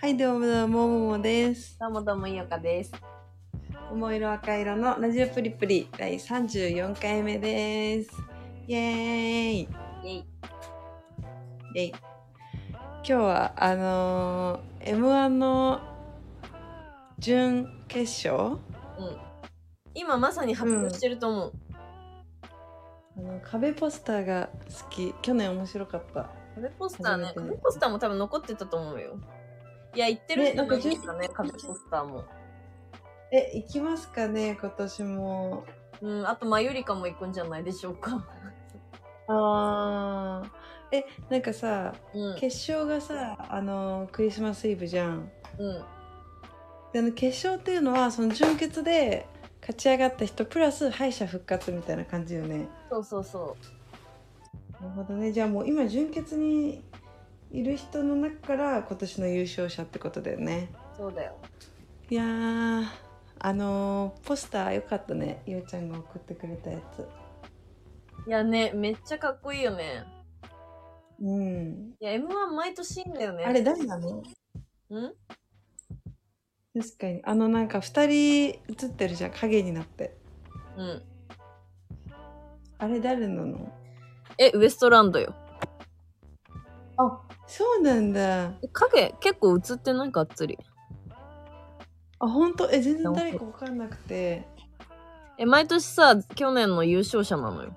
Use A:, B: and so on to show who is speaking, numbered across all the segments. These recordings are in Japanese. A: はい、どうもどうも、ももです。
B: どうもどうも、いよかです。
A: 桃色赤色のラジオプリプリ第34回目です。イエーイイ
B: イェイ。
A: エイ今日は、あのー、M1 の準決勝
B: 今まさに発表してると思う。
A: あの壁ポスターが好き。去年面白かった。
B: 壁ポスターね。
A: 初めて
B: 壁ポスターも多分残ってたと思うよ。いや、言ってる
A: ねなんか
B: 人いたね、壁ポスターも。
A: え、行きますかね、今年も。
B: うん、あと、マユリカも行くんじゃないでしょうか。
A: あー。え、なんかさ、
B: うん。
A: 決勝がさ、あのークリスマスイブじゃん。
B: うん。
A: であの決勝っていうのはその準決で勝ち上がった人プラス敗者復活みたいな感じよね
B: そうそうそ
A: なるほどねじゃあもう今準決にいる人の中から今年の優勝者ってことだよね
B: う。そうだよ。
A: いやーあのーポスター良かったねゆうちゃんが送ってくれたやつ
B: いやね、めっちゃかっこいいよね。
A: うん
B: いや、M1 毎年いいんだよね。
A: あれ誰なの
B: うん
A: 確かにあのなんか2人写ってるじゃん影になって
B: うん。
A: あれ誰なの
B: え、ウエストランドよ。
A: あそうなんだ
B: え影、結構映ってないかっつり。
A: あ本当え全然誰か分かんなくて
B: え、毎年さ、去年の優勝者なのよ。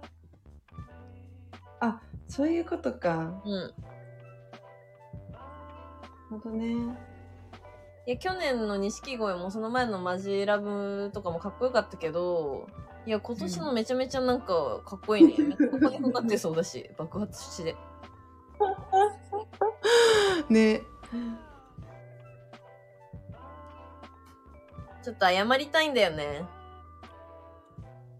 A: そういうことか
B: うん。
A: なるほどね。
B: いや去年の錦鯉もその前のマジラブとかもかっこよかったけどいや今年のめちゃめちゃなんかかっこいい ね、ここにかかってそうだし爆発しで
A: ね。
B: ちょっと謝りたいんだよね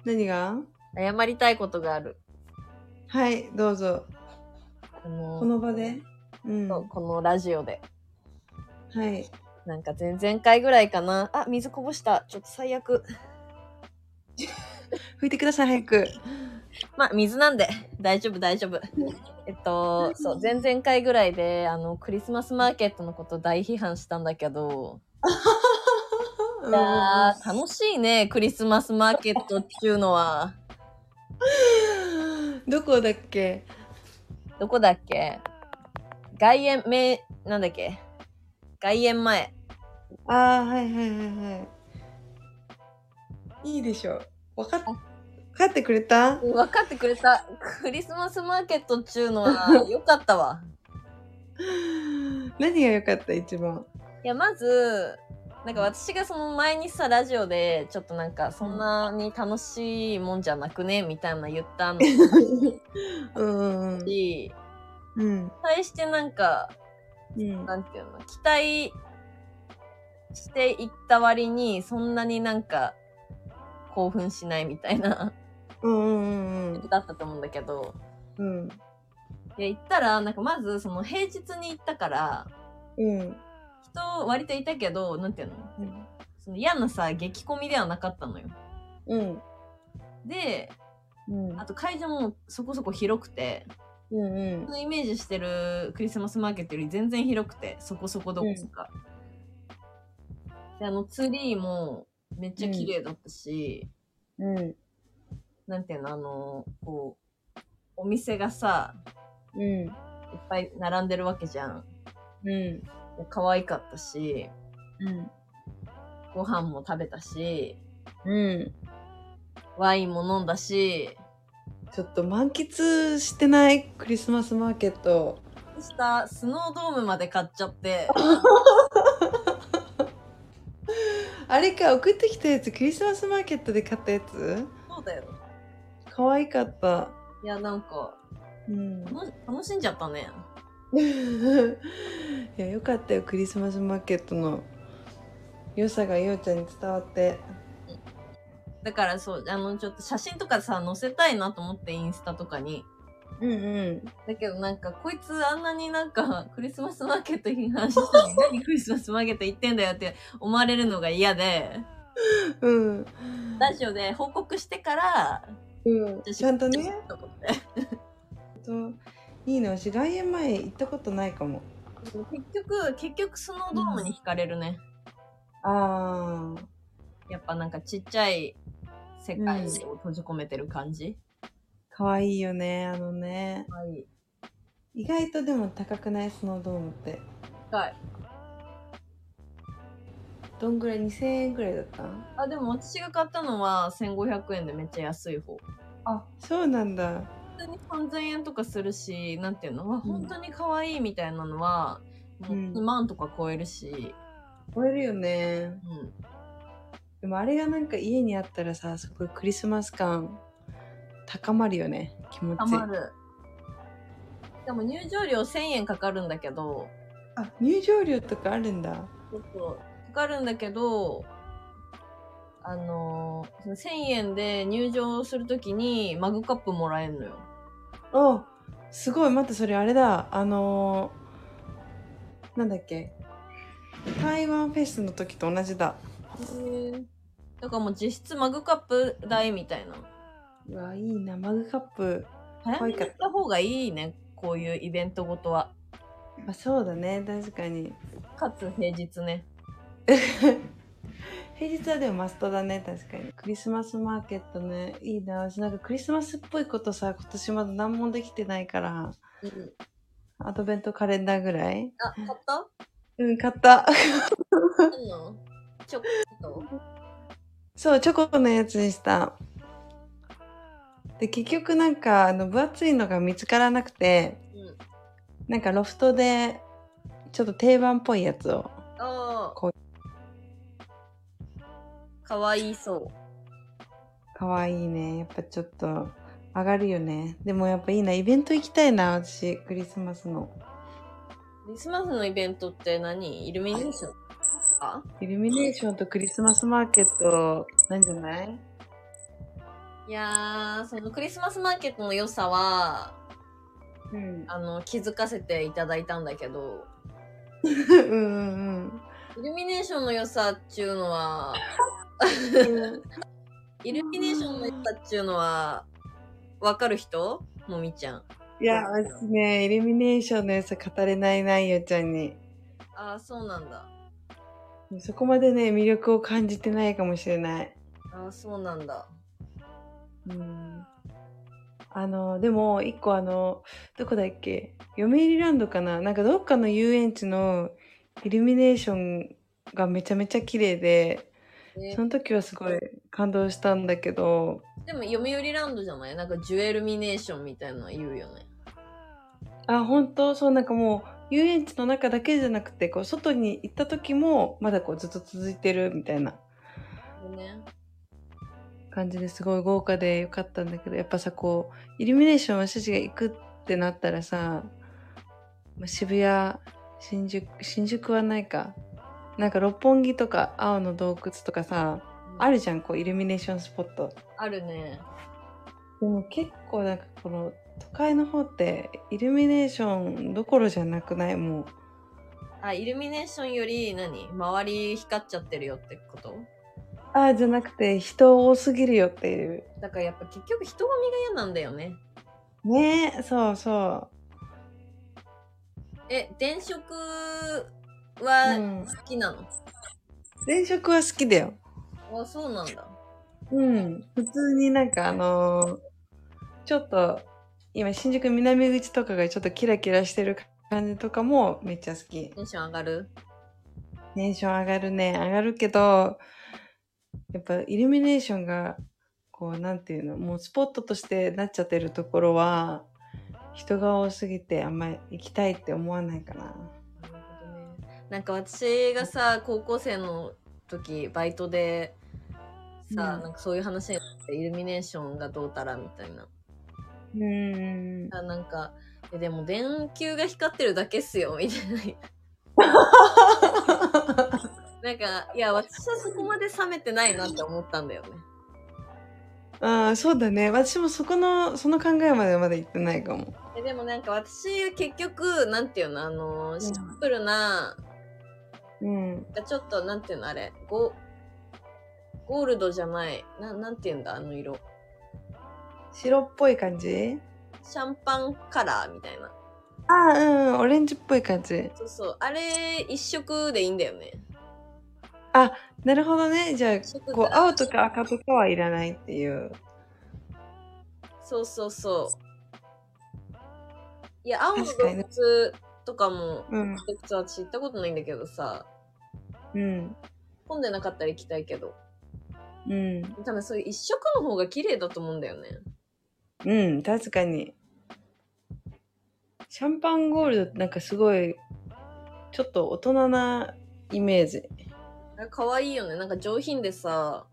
A: 何が
B: 謝りたいことがある
A: はい、どうぞ。
B: あの
A: この場で。うん。
B: そう
A: は
B: このラジオで
A: い。
B: なんか前々回ぐらいかなあ水こぼしたちょっと最悪
A: 拭いてください、早く。
B: まあ水なんで大丈夫大 丈夫えっとそう前々回ぐらいであのクリスマスマーケットのこと大批判したんだけどいやー楽しいねクリスマスマーケットっていうのは
A: うんどこだっけ
B: どこだっけ外苑名なんだっけ外苑前
A: ああ、はいはいはいはい。いいでしょ。分かっ、分かってくれた
B: 分かってくれたクリスマスマーケットっちゅうのはよかったわ
A: 何が良かった、一番。
B: いやまずなんか私がその前にさラジオでちょっとなんかそんなに楽しいもんじゃなくねみたいな言ったの
A: うん。
B: に
A: うん。
B: 対してなんか
A: うん。
B: なんていうの期待していった割にそんなになんか興奮しないみたいな
A: うんうんうん
B: だったと思うんだけど
A: うん。
B: いや行ったらなんかまずその平日に行ったから
A: うん。
B: 人割といたけどなんていうの
A: うん。
B: その嫌なさ激混みではなかったのよ。
A: うん。
B: で
A: うん
B: あ。と会場もそこそこ広くて
A: うん
B: そ。のイメージしてるクリスマスマーケットより全然広くてそこそこどころか。であのツリーもめっちゃ綺麗だったし。
A: うん。
B: なんていうの、あの、こう、お店がさ、
A: うん。
B: いっぱい並んでるわけじゃん。
A: うん。
B: で可愛かったし、
A: うん。
B: ご飯も食べたし、
A: うん。
B: ワインも飲んだし、
A: ちょっと満喫してないクリスマスマーケット。
B: したスノードームまで買っちゃって、
A: あれか、送ってきたやつ、クリスマスマーケットで買ったやつ
B: そうだよ。
A: 可愛かった。
B: いや、なんか、
A: うん。
B: 楽楽しんじゃったね。
A: いや、よかったよ、クリスマスマーケットの良さがようちゃんに伝わって。
B: だからそう、あの、ちょっと写真とかさ、載せたいなと思って、インスタとかに。
A: うんうん。
B: だけどなんか、こいつあんなになんか、 クリスマスマーケット批判してたのに、何クリスマスマーケット行ってんだよって思われるのが嫌で、
A: うん。
B: ラジオで報告してから、
A: うん、ちゃんとね、
B: と思って
A: いいね、私、外苑前行ったことないかも。
B: 結局、結局スノードームに惹かれるね。
A: ああ。
B: やっぱなんかちっちゃい世界
A: うん
B: を閉じ込めてる感じ。
A: かわいいよね、あのね。
B: はい。
A: 意外とでも高くないスノードームって。
B: はい。
A: どんぐらい2000円ぐらいだったん
B: あ、でも私が買ったのは1500円でめっちゃ安い方。
A: あ、そうなんだ。
B: 本当に3000円とかするし、なんていうの、わ
A: うん
B: 本当に可愛いみたいなのは、もう
A: うん
B: 2万とか超えるし、
A: 超えるよね。
B: うん。
A: でもあれがなんか家にあったらさ、すごいクリスマス感高まるよね。気持ち
B: た。まる。でも入場料1000円かかるんだけど、
A: あ、入場料とかあるんだ。
B: ちょっとかかるんだけど、あのーその1000円で入場するときにマグカップもらえるのよ。
A: おすごい待ってそれあれだあのー、なんだっけ台湾フェスの時と同じだ
B: だからもう実質マグカップ代みたいな。
A: うわいいなマグカップ
B: 早めに行った方がいいね、こういうイベントごとは。
A: あそうだね確かに
B: かつ平日ね。
A: 平日はでもマストだね確かにクリスマスマーケットねいいな私なんかクリスマスっぽいことさ今年まだ何もできてないからアドベントカレンダーぐらい
B: あ、買った
A: うん買った
B: 買ったのチョコと。
A: そうチョコのやつにしたで結局なんかあの分厚いのが見つからなくて
B: うん。
A: なんかロフトでちょっと定番っぽいやつを
B: あ
A: こ
B: あ。かわいそ
A: かわいいねやっぱちょっと上がるよねでもやっぱいいなイベント行きたいな私クリスマスの
B: う。クリスマスのイベントって何イルミネーションですか
A: イルミネーションとクリスマスマーケットなんじゃない
B: いやー、そのクリスマスマーケットの良さは、
A: うん
B: あの、気づかせていただいたんだけど、
A: うんうん
B: イルミネーションの良さっていうのは、
A: うん
B: イルミネーションの良さっていうのは、わかる人もみちゃん。
A: いや私ねイルミネーションのやつ語れないなゆうちゃんに
B: ああ、そうなんだ。
A: そこまでね魅力を感じてないかもしれない
B: ああ、そうなんだ。
A: うんあのでも一個あのどこだっけ読売ランドかななんかどっかの遊園地のイルミネーションがめちゃめちゃ綺麗で
B: え
A: その時はすごい感動したんだけど
B: でも、読売ランドじゃないなんか、ジュエルミネーションみたいなの言うよね。
A: あ本当そうなんかもう遊園地の中だけじゃなくてこう外に行った時もまだこうずっと続いてるみたいな
B: ね。
A: 感じですごい豪華でよかったんだけどやっぱさこうイルミネーション私たちが行くってなったらさ、まあ、渋谷新宿新宿はないかなんか六本木とか青の洞窟とかさあるじゃんこうイルミネーションスポット
B: あるね。
A: でも結構なんかこの都会の方ってイルミネーションどころじゃなくないもう
B: あ、イルミネーションより何、周り光っちゃってるよってこと
A: ああじゃなくて人多すぎるよっていう
B: だからやっぱ結局人混みが嫌なんだよね。
A: ねえそうそ
B: え、電飾
A: う、う
B: は
A: ん、
B: 好きなの、
A: 電飾は好きだよ
B: あ、そうなんだ。
A: うん、普通になんかあのーちょっと今新宿南口とかがちょっとキラキラしてる感じとかもめっちゃ好き。
B: テンション上がる
A: テンション上がるね、上がるけど、やっぱイルミネーションがこうなんていうの、もうスポットとしてなっちゃってるところは人が多すぎてあんまり行きたいって思わないかな。
B: なるほどね。なんか私がさ、高校生の時、バイトで、さ、
A: うん
B: なんかそういう話になって、イルミネーションがどうたらみたいな。
A: うん。
B: あなんか、えでも電球が光ってるだけっすよ、みたい な。なんか、いや、私はそこまで冷めてないなって思ったんだよね。
A: ああ、そうだね。私もそこの、その考えまではまだ行ってないかも。
B: えでもなんか私は結局、なんていうの、あの、シンプルな、
A: うん。
B: ちょっと、なんていうの、あれ、ゴゴールドじゃない、ななんていうんだ、あの色。
A: 白っぽい感じ
B: シャンパンカラーみたいな。
A: ああ、うんうん、オレンジっぽい感じ。
B: そうそう。あれ、一色でいいんだよね。
A: なるほどね。じゃあ、
B: 色が
A: こう、青とか赤とかはいらないっていう。
B: そうそうそう。いや、青の
A: 確か
B: 洞
A: にね
B: 窟とかも、
A: うん。
B: 洞窟私行ったことないんだけどさ、
A: うん。
B: 混んでなかったら行きたいけど、
A: うん。
B: 多分そういう一色の方が綺麗だと思うんだよね。
A: うん、確かに。シャンパンゴールドってなんかすごい、ちょっと大人なイメージ。
B: あれ可愛いよね。なんか上品でさ、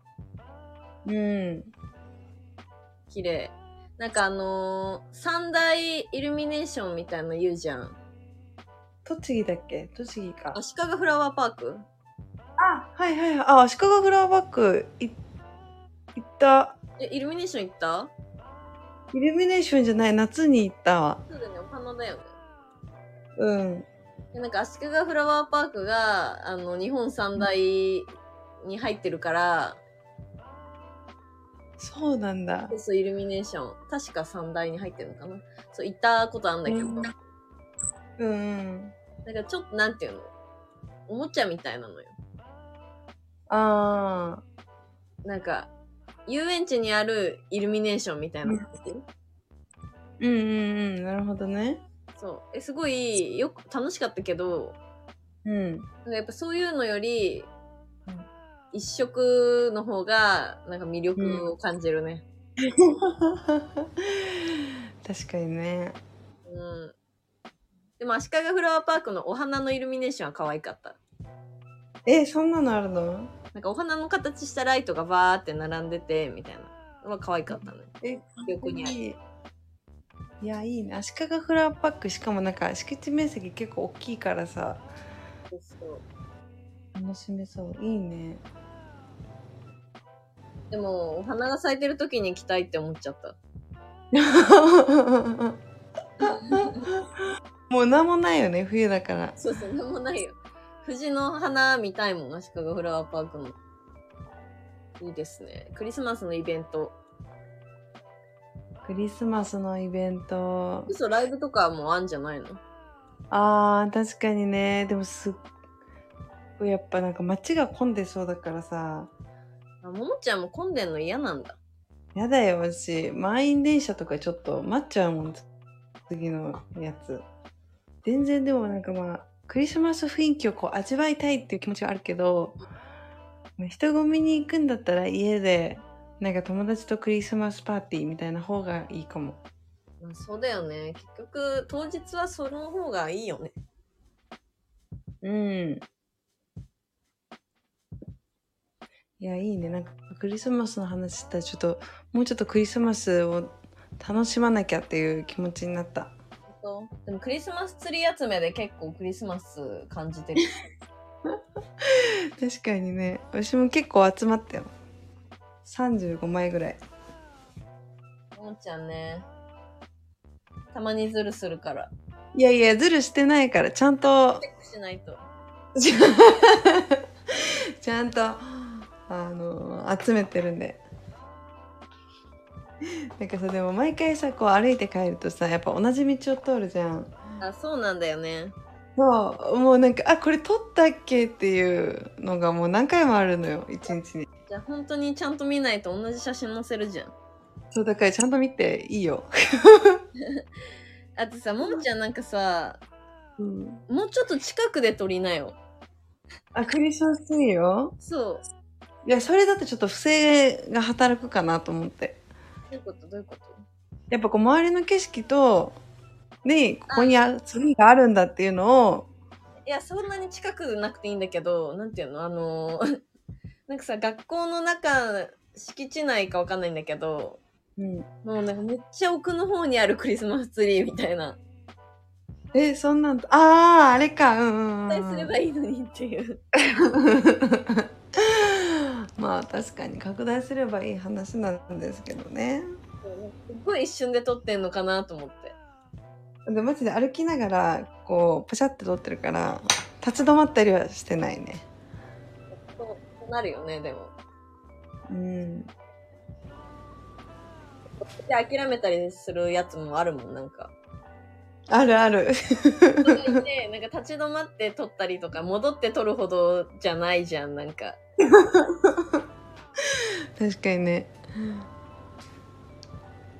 A: うん。
B: 綺麗。なんかあのー三大イルミネーションみたいの言うじゃん。
A: 栃木だっけ栃木か。
B: 足利フラワーパーク
A: あ、はいはいはい。あ、足利フラワーバッグい行った。
B: え、イルミネーション行った
A: イルミネーションじゃない、夏に行ったわ。
B: そうだよね、お花だよね。
A: うん。
B: でなんか足利フラワーパークがあの日本三大に入ってるから、
A: そうなんだ。
B: そうイルミネーション確か三大に入ってるのかなそう行ったことあんだけ
A: う
B: ど、
A: ん
B: なんか
A: うん。
B: ちょっとなんていうのおもちゃみたいなのよ
A: あ
B: なんか遊園地にあるイルミネーションみたいな感じ、
A: ー。うんうんうん。なるほどね。
B: そうえすごいよく楽しかったけど
A: うん。
B: なんかやっぱそういうのより
A: うん
B: 一色の方がなんか魅力を感じるね、
A: 確かにね。
B: うん、でも足利フラワーパークのお花のイルミネーションは可愛かった
A: え、そんなのあるの
B: なんかお花の形したライトがバーって並んでてみたいなのは可愛かったね
A: え、
B: 横にある
A: いい。いや、いいね。足利フラワーパック、しかもなんか敷地面積結構大きいからさ、楽しめそう。いい ね。
B: でもお花が咲いてる時に行きたいって思っちゃった
A: もうなんもないよね、冬だから。
B: そうそうなんもないよ藤の花見たいもん足利フラワーパークのいいですねクリスマスのイベント
A: クリスマスのイベント。
B: 嘘ライブとかもあんじゃないの
A: あー、確かにね。でもすっごいやっぱなんか街が混んでそうだからさ、
B: あももちゃんも混んでんの嫌なんだ
A: やだよ、私。満員電車とかちょっと待っちゃうもん、つ次のやつ。全然でもなんかまあ、クリスマス雰囲気をこう味わいたいっていう気持ちはあるけど、まあ人混みに行くんだったら家で、なんか友達とクリスマスパーティーみたいな方がいいかも。
B: まあそうだよね結局当日はその方がいいよね
A: うん。いや、いいね。なんかクリスマスの話したらちょっと、もうちょっとクリスマスを楽しまなきゃっていう気持ちになった。
B: 本当でもクリスマスツリー集めで結構クリスマス感じて る
A: 確かにね私も結構集まったよ35枚ぐらい
B: ももちゃんねたまにズルするから
A: いやいやズルしてないからちゃんと
B: チェックしないと
A: ちゃんとあの集めてるんでなんかさでも毎回さこう歩いて帰るとさやっぱ同じ道を通るじゃん
B: あそうなんだよね
A: そうもうなんかあこれ撮ったっけっていうのがもう何回もあるのよ一日に
B: じゃあ本当にちゃんと見ないと同じ写真載せるじゃん
A: そうだからちゃんと見ていいよ、
B: あとさももちゃんなんかさ
A: うん、
B: もうちょっと近くで撮りなよ
A: あクリスマスツリーよ
B: そう
A: いや、それだとちょっと不正が働くかなと思って。
B: どういうことどういうこと
A: やっぱこう周りの景色と、ね、ここにあツリーがあるんだっていうのを、
B: いやそんなに近くなくていいんだけどなんていうのあの ーなんかさ学校の中敷地内かわかんないんだけど
A: うん、
B: もうなんかめっちゃ奥の方にあるクリスマスツリーみたいな。
A: え、そんなんと、ああ、あれか、うんうん、うん。
B: 対すればいいのにっていう。
A: まあ確かに拡大すればいい話なんですけどね。
B: すっごい一瞬で撮ってんのかなと思って。
A: で、マジで歩きながら、こう、パシャって撮ってるから、立ち止まったりはしてないね。
B: そうなるよね、でも。
A: うん。
B: で、諦めたりするやつもあるもん、なんか。
A: あるある。
B: で、なんか立ち止まって撮ったりとか、戻って撮るほどじゃないじゃん、なんか。
A: 確かにね。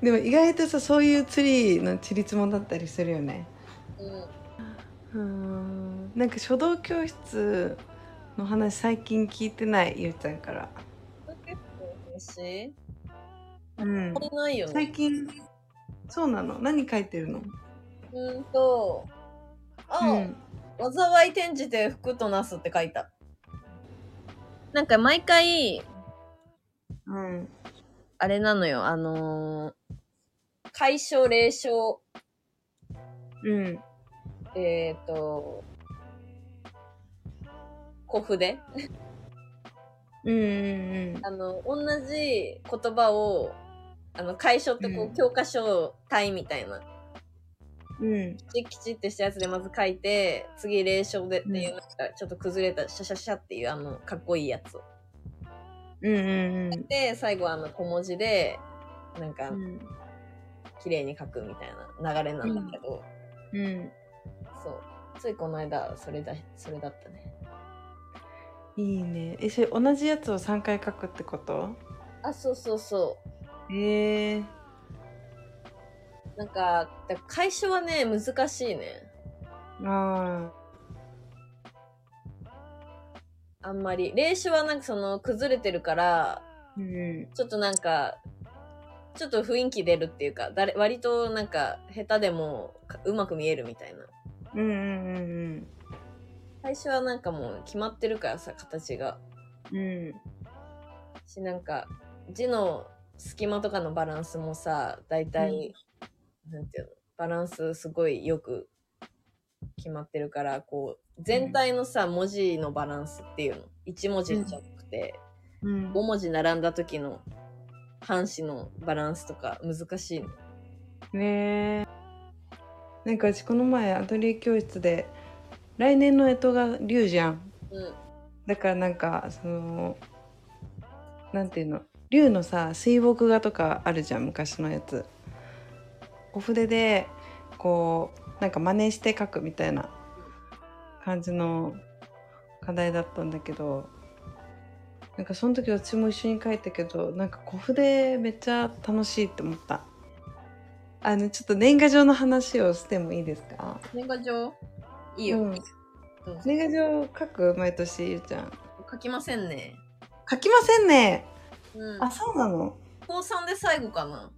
A: でも意外とさ、そういうツリーのちりつもだったりするよね。
B: うん。
A: うん。なんか書道教室の話最近聞いてない、ゆうちゃんから。
B: 結構私、
A: うん
B: これないよね。
A: 最近、そうなの何書いてるの
B: うーんと、あ、
A: うん。
B: 災い転じて福となすって書いた。なんか毎回、
A: うん。
B: あれなのよ、あのー、解消、霊障、
A: うん。
B: えっ、ー、と、古筆
A: うんうん
B: あの、同じ言葉を、あの、解消ってこう、
A: うん
B: 教科書体みたいな、
A: うん。うん。
B: きちきちってしたやつでまず書いて、次、霊障でっていう、
A: う
B: なんか、ちょっと崩れた、シャシャシャっていう、あの、かっこいいやつを。
A: うんうんうん。
B: で、最後、あの、小文字で、なんか、
A: うん
B: 綺麗に書くみたいな流れなんだけど、
A: うん。
B: そう。ついこの間、それだ、それだったね。
A: いいね。え、それ同じやつを3回書くってこと
B: あ、そうそうそう。
A: ええ
B: なんか、だ解消はね、難しいね。
A: あ
B: あんまり。霊視はなんかその、崩れてるから、
A: あ。うん。
B: ちょっとなんか、ちょっと雰囲気出るっていうか、誰割となんか、下手でもかうまく見えるみたいな。
A: うんうんうん
B: 最初はなんかもう決まってるからさ、形が。
A: うん。うん。
B: し、なんか、字の隙間とかのバランスもさ、大体、なんていうの、バランスすごいよく決まってるから、こう、全体のさ、文字のバランスっていうの。一文字じゃなくて、
A: うん
B: 5文字並んだ時の半紙のバランスとか難しいの。
A: ねえ。なんかうちこの前アトリエ教室で来年の干支が龍じゃん。
B: うん。
A: だからなんかそのなんていうの龍のさ水墨画とかあるじゃん昔のやつ。お筆でこうなんか真似して描くみたいな感じの課題だったんだけどなんかその時私も一緒に描いたけどなんか小筆めっちゃ楽しいって思った。あのちょっと年賀状の話をしてもいいですか
B: 年賀状いい
A: よ
B: よ。
A: 年賀状書く毎年ゆうちゃん。
B: 書きませんね。
A: 書きませんね
B: うん。
A: あ、そうなの
B: 高3で最後かな。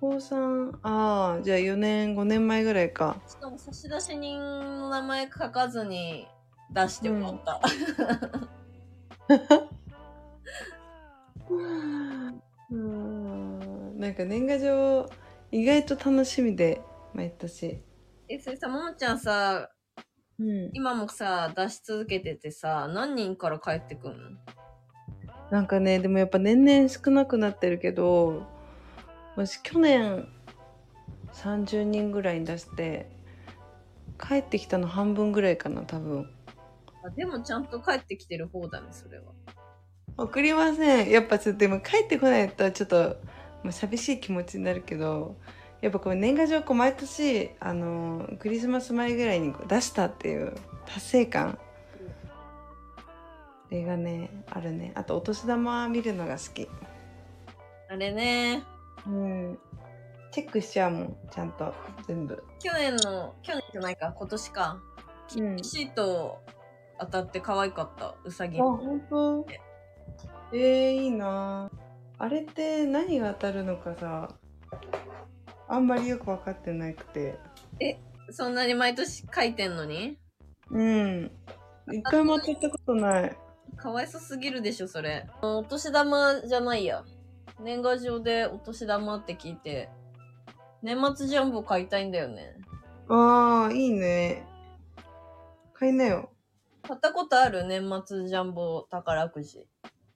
A: 高3、ああ、じゃあ4年、5年前ぐらいか。
B: しかも差出人の名前書かずに出してもらった。
A: うーん。なんか年賀状、意外と楽しみで、毎年。
B: え、それさ、ももちゃんさ、
A: うん。
B: 今もさ、出し続けててさ、何人から帰ってくんの
A: なんかね、でもやっぱ年々少なくなってるけど、私去年30人ぐらいに出して、帰ってきたの半分ぐらいかな、多分。
B: あでもちゃんと帰ってきてる方だね、それは。
A: 送りませんやっぱちょっとでも帰ってこないとちょっともう寂しい気持ちになるけどやっぱこう年賀状こう毎年あのクリスマス前ぐらいにこう出したっていう達成感
B: うん
A: これがねあるねあとお年玉見るのが好き
B: あれね、
A: うんチェックしちゃうもんちゃんと全部
B: 去年の、去年じゃないか、今年か。
A: うん
B: シート当たって可愛かった、うさぎ。
A: あ本当えー、いいなあれって何が当たるのかさあんまりよく分かってなくて
B: そんなに毎年書いてんのに
A: うん。一回も当たったことない。
B: かわいそすぎるでしょ、それ。お年玉じゃないや。年賀状でお年玉って聞いて、年末ジャンボ買いたいんだよね。
A: ああ、いいね。買いなよ。
B: 買ったことある年末ジャンボ宝くじ。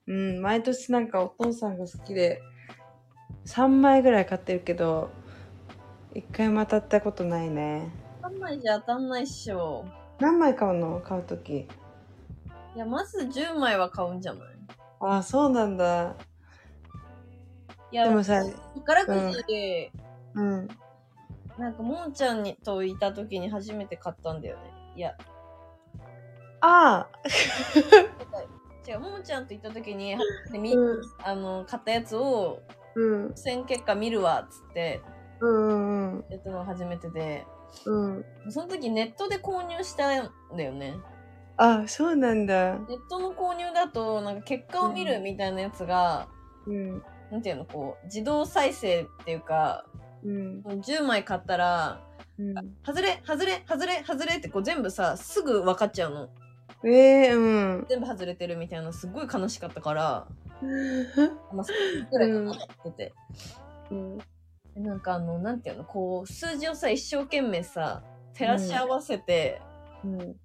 A: うん、毎年なんかお父さんが好きで、3枚ぐらい買ってるけど、一回も当たったことないね。
B: 当たんないじゃ当たんないっしょ。
A: 何枚買うの買うとき。
B: いや、まず10枚は買うんじゃない
A: ああ、そうなんだ。
B: いや、
A: でもさ、
B: 宝くじで、
A: うん。
B: なんかもんちゃんにといた時に初めて買ったんだよねいや
A: あ
B: 違うももちゃんと行った時に初め
A: あ
B: てみ、
A: うん
B: あの買ったやつを
A: うん
B: 選結果見るわっつって
A: うんうん
B: やったのが初めてで
A: うん
B: その時ネットで購入したんだよね
A: あそうなんだ
B: ネットの購入だとなんか結果を見るみたいなやつが、
A: うん
B: なんていうのこう自動再生っていうか
A: うん
B: 10枚買ったら
A: うん
B: 外れ外れ外れ外れってこう全部さすぐ分かっちゃうの
A: ええうん
B: 全部外れてるみたいなすっごい悲しかったからまあそれぐらい
A: うん
B: かなって言ってて、
A: うん
B: でなんかあのなんていうのこう数字をさ一生懸命さ照らし合わせて、
A: うん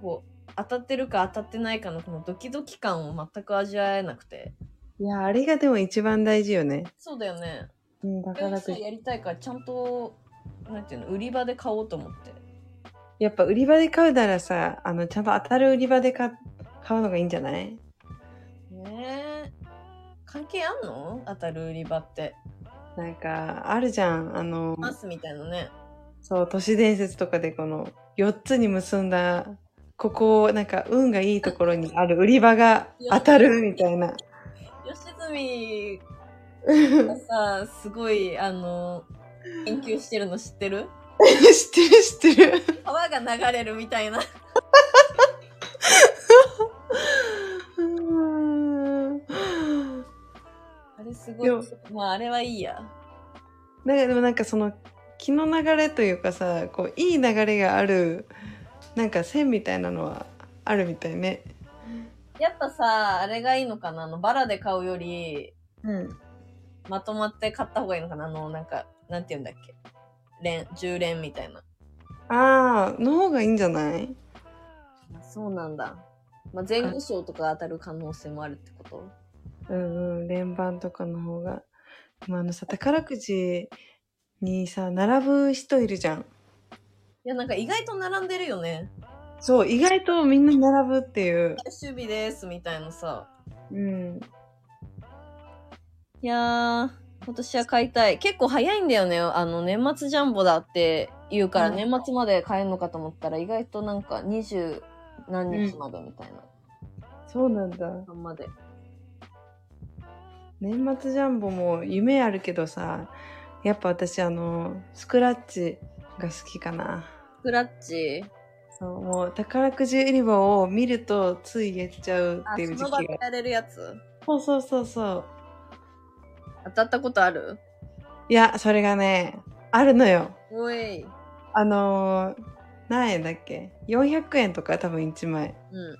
B: こう当たってるか当たってないかのこのドキドキ感を全く味わえなくて
A: いやあれがでも一番大事よね
B: そうだよね
A: うんバカ
B: や
A: だ
B: りた
A: く
B: いやりたいからちゃんとなんていうの売り場で買おうと思って
A: やっぱ売り場で買うならさあのちゃんと当たる売り場で買買うのがいいんじゃない
B: ねえ関係あんの当たる売り場って
A: なんかあるじゃんあの
B: マスみたいなね
A: そう都市伝説とかでこの4つに結んだここなんか運がいいところにある売り場が当たるみたいな
B: 吉住がさすごいあの研究してるの知ってる
A: 知ってる知ってる
B: 川が流れるみたいな
A: うーん
B: あれすごい
A: いや
B: まああれはいいや
A: なんかでもなんかその気の流れというかさこういい流れがあるなんか線みたいなのはあるみたいね
B: やっぱさあれがいいのかなあのバラで買うより
A: うん
B: まとまって買った方がいいのかなあのなんかなんて言うんだっけ連10連みたいな
A: ああの方がいいんじゃない
B: あそうなんだ。まあ、前後賞とか当たる可能性もあるってこと
A: うんうん連番とかの方がでもあのさ宝くじにさ並ぶ人いるじゃん
B: いや、なんか意外と並んでるよね。
A: そう意外とみんな並ぶっていう
B: 最終日ですみたいなさ。
A: うん
B: いやー、今年は買いたい。結構早いんだよね。あの、年末ジャンボだって言うから、
A: うん
B: 年末まで買えるのかと思ったら、意外となんか20何日までみたいな。
A: そうなんだ
B: あんまで。
A: 年末ジャンボも夢あるけどさやっぱ私あのスクラッチが好きかな
B: スクラッチ。
A: そうもう宝くじ売り場を見るとついやっちゃう
B: あ、
A: っていう
B: そ
A: 時
B: の場
A: 期
B: で
A: が
B: やれるやつ。
A: そうそうそうそう
B: 当たったことある
A: いやそれがねあるのよ
B: おい。
A: あのー何円だっけ400円とか多分1枚
B: う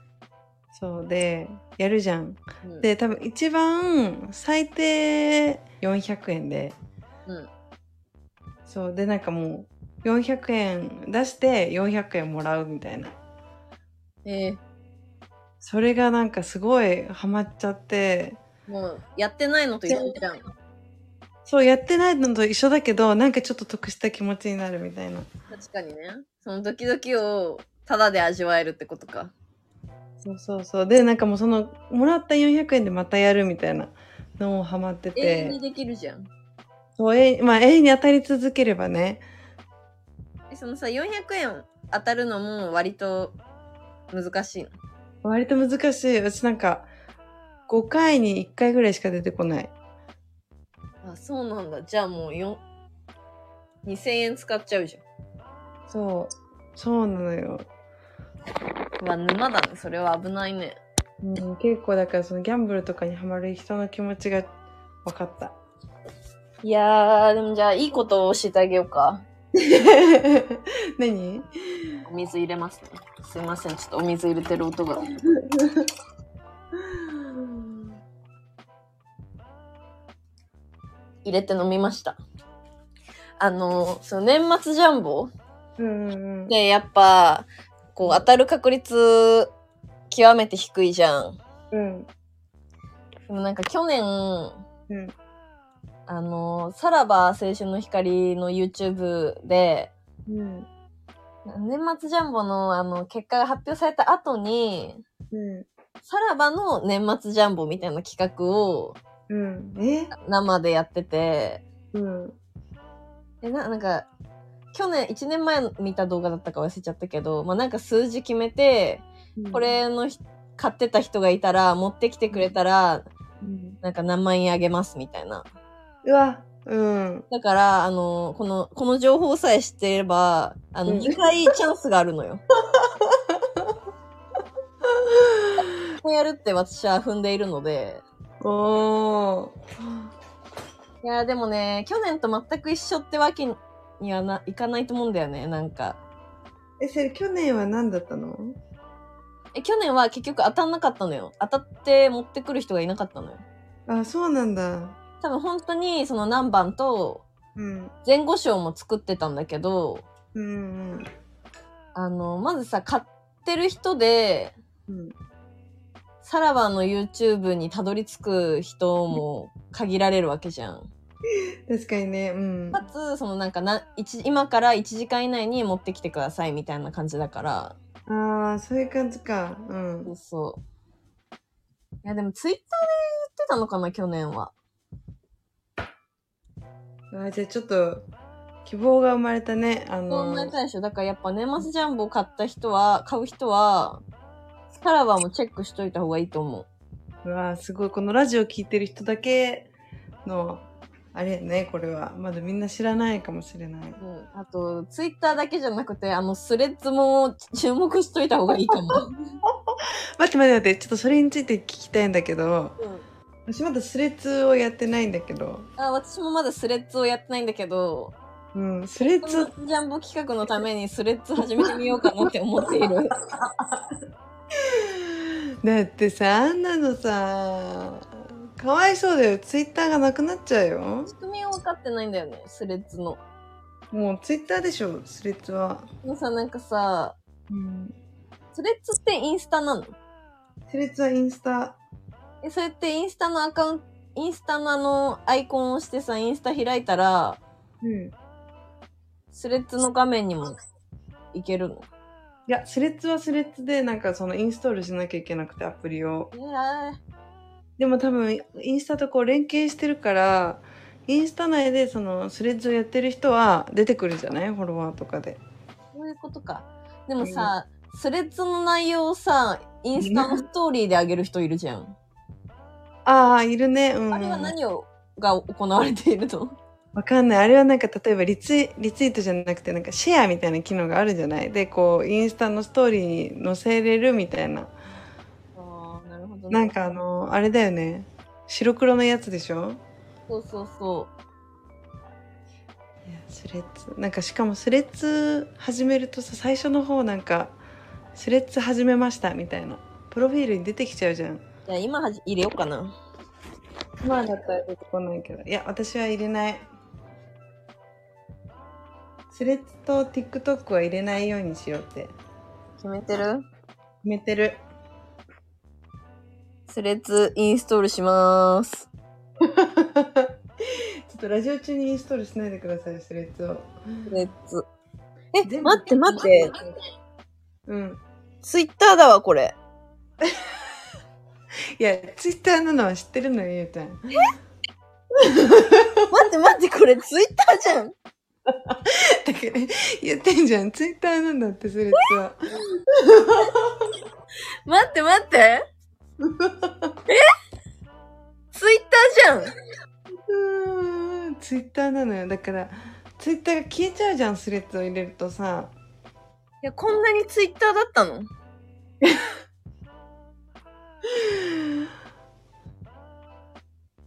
A: そうでやるじゃん
B: ん。うん、
A: で多分一番最低400円で
B: うん。
A: そうでなんかもう400円出して400円もらうみたいな
B: え
A: それがなんかすごいハマっちゃって
B: ー、もう、やってないのと一緒じゃん。
A: そうやってないのと一緒だけどなんかちょっと得した気持ちになるみたいな
B: 確かにねそのドキドキをただで味わえるってことか
A: そうそうそうでなんかもうそのもらった400円でまたやるみたいなのもハマってて
B: 永遠にできるじゃん
A: そう永遠まあ、永遠に当たり続ければね
B: えそのさ400円当たるのも割と難しいの
A: 割と難しい私なんか5回に1回ぐらいしか出てこない
B: あそうなんだじゃあもう4 2000円使っちゃうじ
A: そうそうなのよ、
B: ゃんうわ沼だねそれは危ないね
A: うん、結構だからそのギャンブルとかにハマる人の気持ちが分か った
B: いやーでもじゃあいいことを教えてあげようか
A: 何
B: お水入れますねすいませんちょっとお水入れてる音が入れて飲みましたあのその年末ジャンボ
A: うんうんうん
B: でやっぱこう当たる確率極めて低いじゃん。
A: うん
B: でもなんか去年
A: うん
B: あのさらば青春の光の YouTube で
A: うん
B: 年末ジャンボのあの結果が発表された後に
A: うん
B: さらばの年末ジャンボみたいな企画を
A: うんえ
B: 生でやってて
A: うん
B: でななんか去年、1年前見た動画だったか忘れちゃったけど、まあなんか数字決めて、こ、れのひ買ってた人がいたら、持ってきてくれたら、
A: うん、
B: なんか何万円あげますみたいな。
A: うわ、うん。
B: だから、あの、この、この情報さえ知っていれば、あの、
A: うん
B: 2回チャンスがある のよ。こうやるって私は踏んでいるので。
A: おー。
B: いや、でもね、去年と全く一緒ってわけにはないかないと思うんだよね、なんか。
A: え、それ去年は何だったの
B: え、去年は結局当たんなかったのよ。当たって持ってくる人がいなかったのよ。
A: あ、そうなんだ。
B: 多分本当にその何番と
A: うん。
B: 前後賞も作ってたんだけど、
A: うんうん。
B: あの、まずさ、買ってる人で、
A: うん、
B: さらばの YouTube にたどり着く人も限られるわけじゃん。
A: 確かにね、うん。
B: かつ、そのなんかな、一今から1時間以内に持ってきてくださいみたいな感じだから。
A: ああ、そういう感じか。うん
B: そ。うそう。いや、でも Twitter で言ってたのかな、去年は。
A: あじゃあちょっと希望が生まれたねあ
B: そう
A: の
B: 思いたいでしょ。だからやっぱ年末ジャンボを買った人は、買う人は、さらばもチェックしといた方がいいと思う。
A: うわーすごいこのラジオ聞いてる人だけのあれやねこれはまだみんな知らないかもしれない
B: うん、あと、ツイッターだけじゃなくて、あの、スレッズも注目しといた方がいいかも。
A: 待って待って待ってちょっとそれについて聞きたいんだけど私まだスレッズをやってないんだけど
B: あ私もまだスレッズをやってないんだけど、
A: うんスレッ
B: 年末
A: ズ
B: ジャンボ企画のためにスレッズ始めてみようかなって思っている。
A: だってさあんなのさかわいそうだよツイッターがなくなっちゃうよ
B: 仕組みを分かってないんだよね、スレッズの。
A: もうツイッターでしょスレッズは、
B: でもさ、なんかさ、
A: うん、
B: スレッズってインスタなの
A: スレッズはインスタ
B: え、それってインスタのアカウント、インスタのあの、アイコンを押してさ、インスタ開いたら、
A: うん
B: スレッズの画面にもいけるの
A: いや、スレッズはスレッズで、なんかそのインストールしなきゃいけなくて、アプリを。
B: えらい。
A: でも多分、インスタとこう連携してるから、インスタ内でそのスレッズをやってる人は出てくるじゃないフォロワーとかで。
B: そういうことか。でもさ、スレッズの内容をさ、インスタのストーリーで上げる人いるじゃん。
A: ああ、いるね。うん。
B: あれは何を、が行われているの
A: わかんない。あれはなんか例えばリツイリツイートじゃなくて、なんかシェアみたいな機能があるじゃないで、こう、インスタのストーリーに載せれるみたいな。
B: ああ、なるほど、
A: なんかあ、の、あれだよね。白黒のやつでしょ
B: そうそうそ
A: いやスレッズなんかしかもスレッズ始めるとさ最初の方なんか「スレッズ始めました」みたいなプロフィールに出てきちゃうじゃん
B: う。じゃあ今はじ入れようかな。
A: まあだったら出てこないけどいや私は入れないスレッズと TikTok は入れないようにしようって決
B: 決めてる
A: めてる
B: スレッズインストールしまーす。
A: ちょっとラジオ中にインストールしないでくださいスレッズを
B: スレッズ。え、
A: 全部
B: 待って待って。
A: うん
B: ツイッターだわ、これ。
A: いやツイッターなのは知ってるのよゆうちゃん
B: 待って待って、これツイッターじゃん。
A: だけど言ってんじゃんツイッターなんだってスレッズは
B: 待って待 って。えツイッターじゃん。
A: うーんツイッターなのよだからツイッターが消えちゃうじゃんスレッズを入れるとさ
B: いや、こんなにツイッターだったの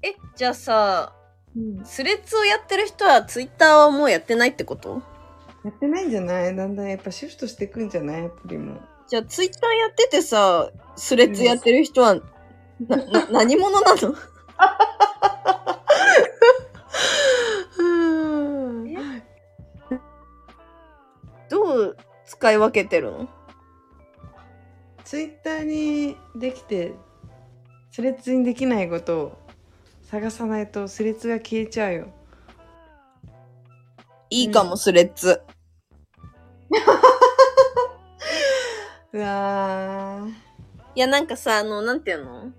B: え、じゃあさ、
A: うん
B: スレッズをやってる人はツイッターはもうやってないってこと
A: やってないんじゃないだんだんやっぱシフトしていくんじゃないアプリも
B: じゃあツイッターやっててさ、スレッズやってる人は、 な、な、何者なの
A: うん
B: どう使い分けてるの
A: ツイッターにできてスレッズにできないことを探さないとスレッズが消えちゃうよ
B: いいかも、スレッズ。
A: うわー
B: いや、なんかさ、あの、なんていうの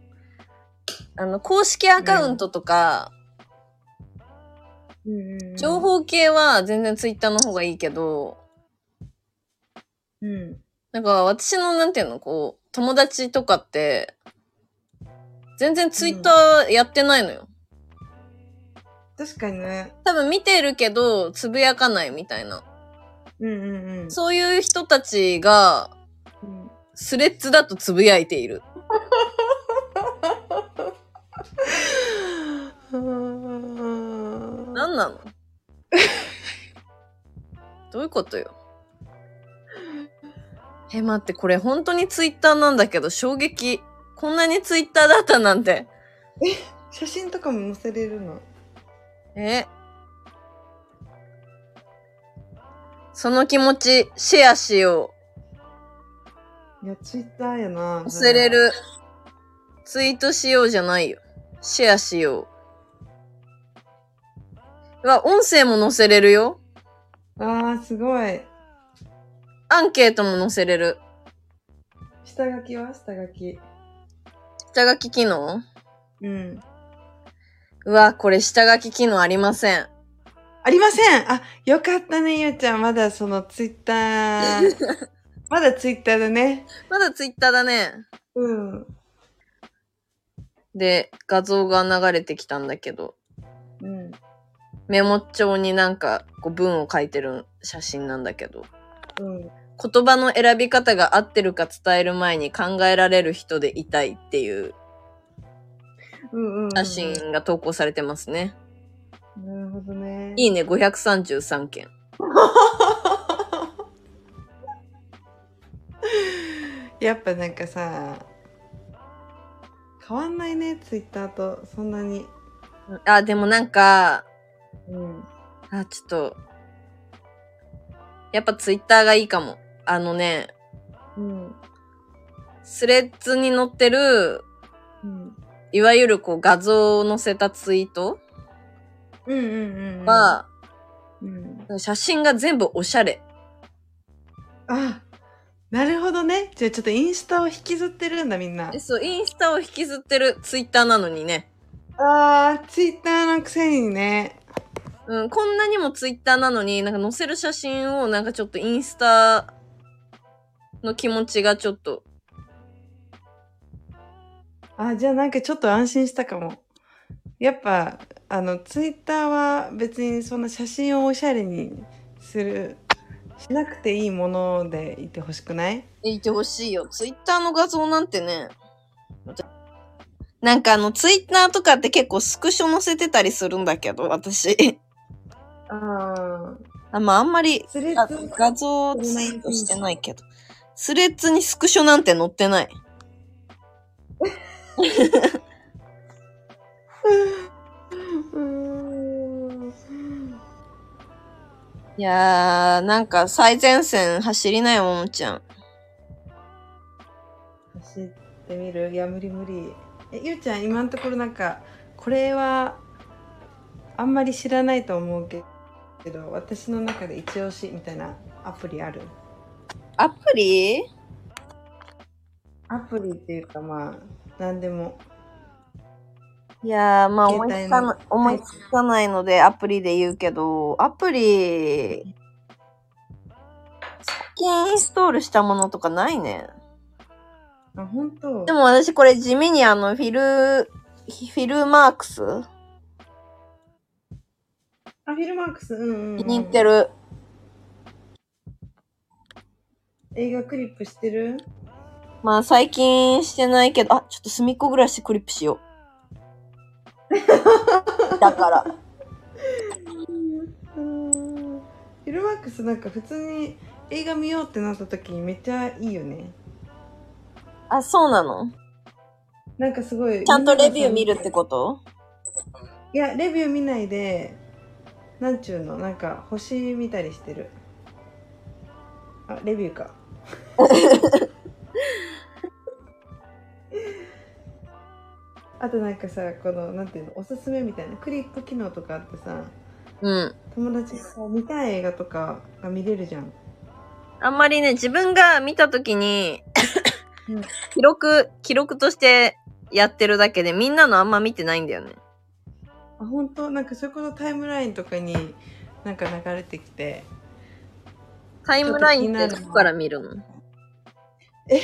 B: あの、公式アカウントとか、
A: うんうん、
B: 情報系は全然ツイッターの方がいいけど、
A: うん。
B: なんか私のなんていうの、こう、友達とかって、全然ツイッターやってないのよ。
A: 確かにね。
B: 多分見てるけど、つぶやかないみたいな。
A: うんうんうん。
B: そういう人たちが、
A: うん。
B: スレッズだとつぶやいている。
A: あ
B: 何なの どういうことよ。え、待って、これ本当にツイッターなんだけど、衝撃。こんなにツイッターだったなんて。
A: ー写真とかも載せれるの。
B: えその気持ち、シェアしよ
A: いや、ツイッターやな。
B: う。忘れる。ツイートしようじゃないよ。シェアしよう。うわ、音声も載せれるよ。
A: それ。ああ、すごい。
B: アンケートも載せれる。
A: 下書きは下書き。
B: 下書き機能
A: うん。
B: うわ、これ下書き機能ありません。
A: ありませんあ、よかったね、ゆうちゃん。まだそのツイッター。 まだツイッターだね。
B: まだツイッターだね。
A: うん。
B: で、画像が流れてきたんだけど、
A: うん。
B: メモ帳になんかこう文を書いてる写真なんだけど、
A: うん。
B: 言葉の選び方が合ってるか伝える前に考えられる人でいたいっていう
A: うんうん。
B: 写真が投稿されてますね。
A: なるほどね。
B: いいね、533件。
A: やっぱなんかさ変わんないねツイッターとそんなに
B: あ、でもなんか、
A: うん
B: あ、ちょっと、やっぱツイッターがいいかも。あのね、
A: うん
B: スレッズに載ってる、
A: うん
B: いわゆるこう画像を載せたツイート
A: うんうんうん
B: は、
A: うん、
B: 写真が全部おしゃれ。
A: あなるほどねじゃあちょっとインスタを引きずってるんだみんな
B: えそう、インスタを引きずってるツイッターなのにね。
A: あーツイッターのくせにね
B: うん、こんなにもツイッターなのに、なんか載せる写真をなんかちょっとインスタの気持ちがちょっと、
A: あじゃあなんかちょっと安心したかもやっぱあのツイッターは別にそんな写真をおしゃれにするしなくていいものでいてほしくない
B: いてほしいよ。ツイッターの画像なんてね。なんかあのツイッターとかって結構スクショ載せてたりするんだけど、私。
A: ああ
B: あまああんまり
A: スレ
B: あ
A: ッズ
B: 画像をツイートしてないけど。スレッズにスクショなんて載ってない。
A: うーん
B: いやー、なんか最前線走りなよ、ももちゃん。
A: 走ってみるいや無理無理えゆうちゃん今のところなんかこれはあんまり知らないと思うけど私の中で一押しみたいなアプリある
B: アプリ
A: アプリっていうかまあ何でも
B: いやー、まあ思い
A: 携帯
B: つか
A: の
B: ない、思いつかないのでアプリで言うけど、アプリ、最近インストールしたものとかないね。
A: あ本当
B: でも私これ地味にあのフィル、フィルマークス
A: あフィルマークスうんうん、
B: 気
A: うん、
B: に入ってる。
A: 映画クリップしてる
B: まあ最近してないけど、あ、ちょっと隅っこ暮らしクリップしよう。 だから。
A: うんフィルマークスなんか普通に映画見ようってなった時にめっちゃいいよね
B: あ、そうなの
A: なんかすごい
B: ちゃんとレビュー見るってこと
A: いやレビュー見ないでなんちゅうのなんか星見たりしてるあレビュー かあとなんかさこのなんていうのおすすめみたいなクリップ機能とかあってさ
B: うん。
A: 友達がさ見たい映画とかが見れるじゃん
B: あんまりね、自分が見たときに
A: うん、
B: 記録、記録としてやってるだけで、みんなのあんま見てないんだよね。
A: ああ本当なんかそれこそタイムラインとかになんか流れてきて
B: タイムラインってどこから見るのえ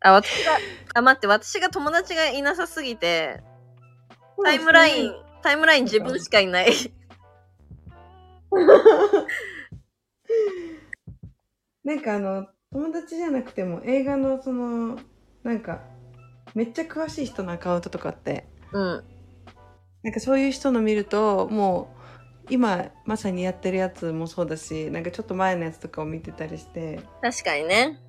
B: あ、私が、あ、待って、私が友達がいなさすぎて、タイムライン、タイムライン自分しかいない。
A: なんかあの友達じゃなくても映画のそのなんかめっちゃ詳しい人のアカウントとかって
B: うん。
A: なんかそういう人の見るともう今まさにやってるやつもそうだしなんかちょっと前のやつとかを見てたりして
B: 確かにね。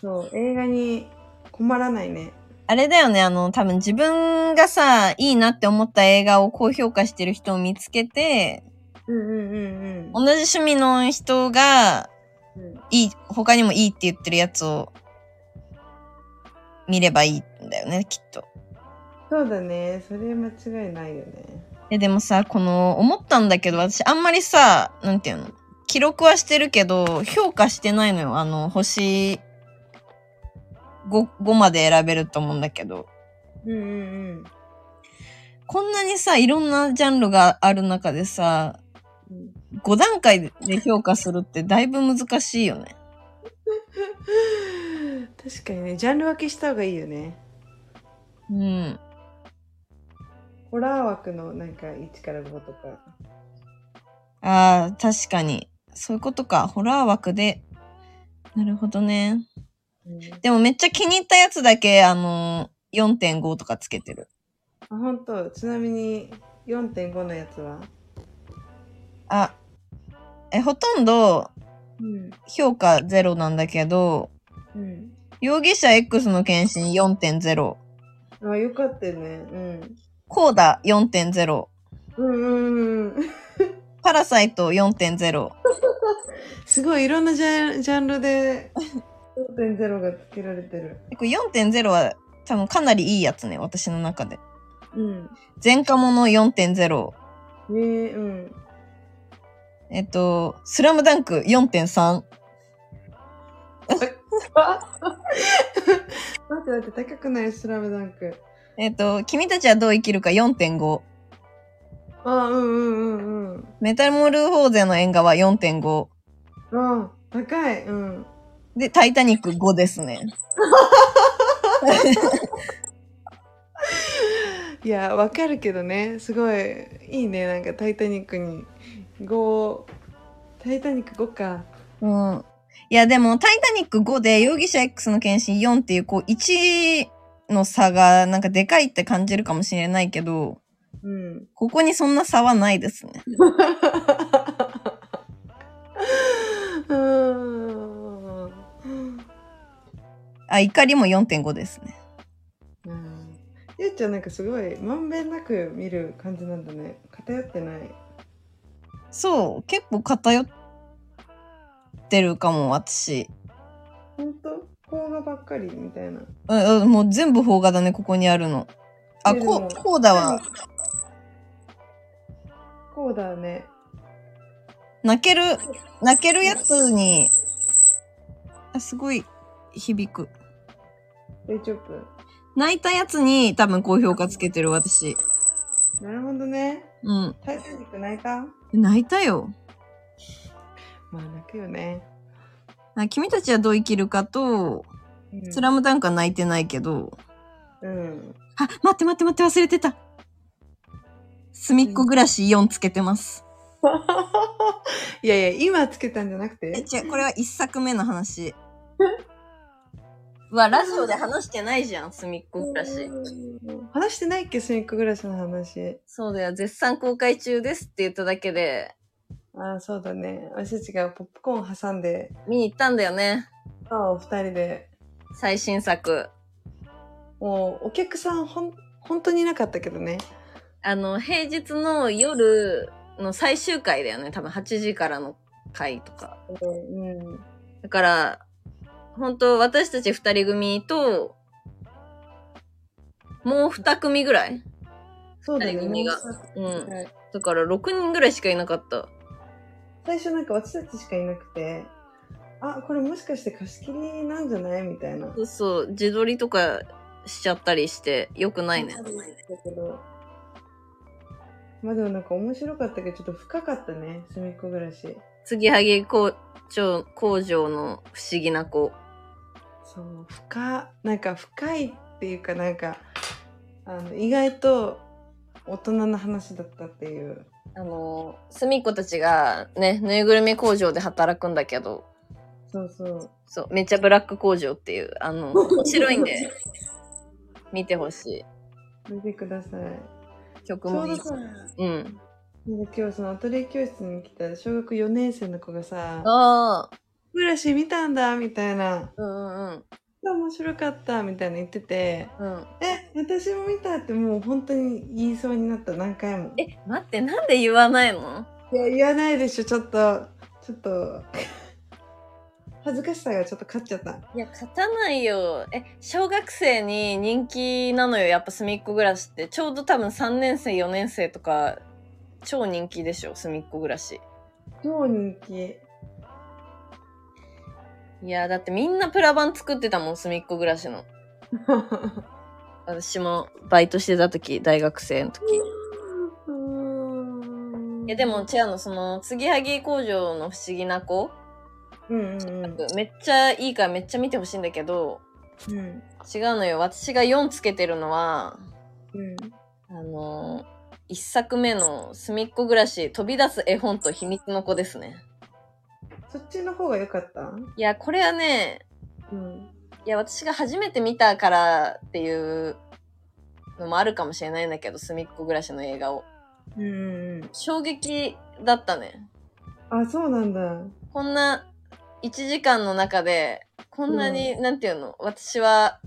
A: そう映画に困らないね
B: あれだよね、あの、多分自分がさ、いいなって思った映画を高評価してる人を見つけて、
A: うんうんうん
B: 同じ趣味の人が、
A: うん
B: いい、他にもいいって言ってるやつを、見ればいいんだよね、きっと。
A: そうだねそれ間違いないよね
B: え、でもさ、この、思ったんだけど、私あんまりさ、なんていうの記録はしてるけど、評価してないのよ。あの、星 5, 5まで選べると思うんだけど。
A: うんうん
B: こんなにさ、いろんなジャンルがある中でさ、
A: うん
B: 5段階で評価するってだいぶ難しいよね。
A: 確かにねジャンル分けした方がいいよね
B: うん。
A: ホラー枠のなんか1から5とか
B: ああ、確かに。そういうことか。ホラー枠で。なるほどね。
A: うん
B: でもめっちゃ気に入ったやつだけ、あの、4.5とかつけてる。
A: あ本当ちなみに4.5のやつは
B: あ、え、ほとんど
A: うん
B: 評価ゼロなんだけど、
A: うん
B: 容疑者 X の検診4.0、
A: あよかったよねうん
B: コーダ4.0、
A: うんうんうん
B: パラサイト4.0、
A: すごいいろんなジャンジャンルで4.0がつけられてる
B: でこれ4.0は多分かなりいいやつね、私の中で。
A: うん
B: 前科者4.0、
A: ねえうん
B: えっと、スラムダンク4.3。
A: あ待って待って高くないスラムダンク
B: えっと、君たちはどう生きるか4.5。
A: あうんうんうんうん
B: メタモルフォーゼの縁側4.5。
A: あ高いうん
B: で、タイタニック5ですね。
A: いやわかるけどねすごいいいねなんか「タイタニック」に5「タイタニック」5か
B: うん。いや、でも、タイタニック5で、容疑者 X の検診4っていう、こう、1の差が、なんかでかいって感じるかもしれないけど、
A: うん
B: ここにそんな差はないですね。
A: うん
B: あ、怒りも4.5ですね。
A: うんゆうちゃんなんかすごいまんべんなく見る感じなんだね偏ってない
B: そう、結構偏ってるかも、私。
A: ほんと邦画ばっかりみたいな
B: うん、うんもう全部邦画だね、ここにあるの。あ、
A: いやで
B: こ
A: も
B: う、こうだわ。
A: こうだね
B: 泣ける、泣けるやつに、あすごい響く。
A: 大丈夫
B: 泣いたやつに多分高評価つけてる私。
A: なるほどね
B: うん。
A: 「タイタニック」泣いた
B: 泣いたよ。
A: まあ泣くよね、
B: あ君たちはどう生きるかと、
A: うん
B: スラムダンクは泣いてないけど、
A: うん
B: あ、待って待って待って忘れてた。すみっこ暮らし4つけてます。
A: いやいや今つけたんじゃなく
B: え、
A: て
B: 違う、これは1作目の 話。うわ、ラジオで話してないじゃん、すみっこ暮らし。
A: うん話してないっけスニック暮らしの話
B: そうだよ、絶賛公開中ですって言っただけで、
A: ああそうだね私たちがポップコーン挟んで
B: 見に行ったんだよね。
A: ああお二人で
B: 最新作。
A: もうお客さんほん本当にいなかったけどね
B: あの、平日の夜の最終回だよね。多分8時からの回とか。
A: うん
B: だから、本当私たち2人組と、もう2組ぐらい
A: そうだね
B: 二人組が
A: も
B: う
A: うん
B: だから6人ぐらいしかいなかった。
A: 最初なんか私たちしかいなくてあこれもしかして貸し切りなんじゃないみたいな
B: そうそう、自撮りとかしちゃったりして、よくないね
A: だ。けどまあでもなんか面白かったけど、ちょっと深かったね、隅っこ暮らし。
B: 継ぎはぎ工場工場の不思議な子。
A: そう、深、なんか深いっていうかなんか、あの、意外と大人の話だったっていう。
B: あの、すみっ子たちがね、ぬいぐるみ工場で働くんだけど、
A: そうそう。
B: そう、めっちゃブラック工場っていう、あの、 面白いんで、見てほし
A: 見てください。
B: い。曲
A: ちょ
B: も
A: う
B: い
A: ど
B: いし。
A: さ、
B: うん。
A: なんか今日そのアトリエ教室に来た小学4年生の子がさ、
B: ああ、
A: 暮らし見たんだみたいな、
B: うんうん
A: 面白かったみたいな言ってて、
B: うん。うん。
A: え、私も見たってもう本当に言いそうになった何回も。
B: え、待って、なんで言わないの
A: いや、言わないでしょ、ちょっと、ちょっと、恥ずかしさがちょっと勝っちゃった。
B: いや、勝たないよ。え、小学生に人気なのよ、やっぱすみっこ暮らしって。ちょうど多分3年生、4年生とか、超人気でしょ、すみっこ暮らし。
A: 超人 気。
B: いや、だってみんなプラ版作ってたもん、すみっこ暮らしの。私もバイトしてた時大学生の時いやでもチェアのその継ぎはぎ工場の不思議な子、
A: うんうんうん。
B: めっちゃいいからめっちゃ見てほしいんだけど
A: うん
B: 違うのよ私が4つけてるのは
A: うん、
B: あの1作目の「すみっこ暮らし飛び出す絵本と秘密の子」ですね
A: そっちの方が良かった
B: いやこれはね
A: うん。
B: いや私が初めて見たからっていうのもあるかもしれないんだけど「すみっこ暮らし」の映画を
A: うんうんうん。
B: 衝撃だったね
A: あ、そうなんだ。
B: こんな1時間の中で、こんなに、なんていうの、私は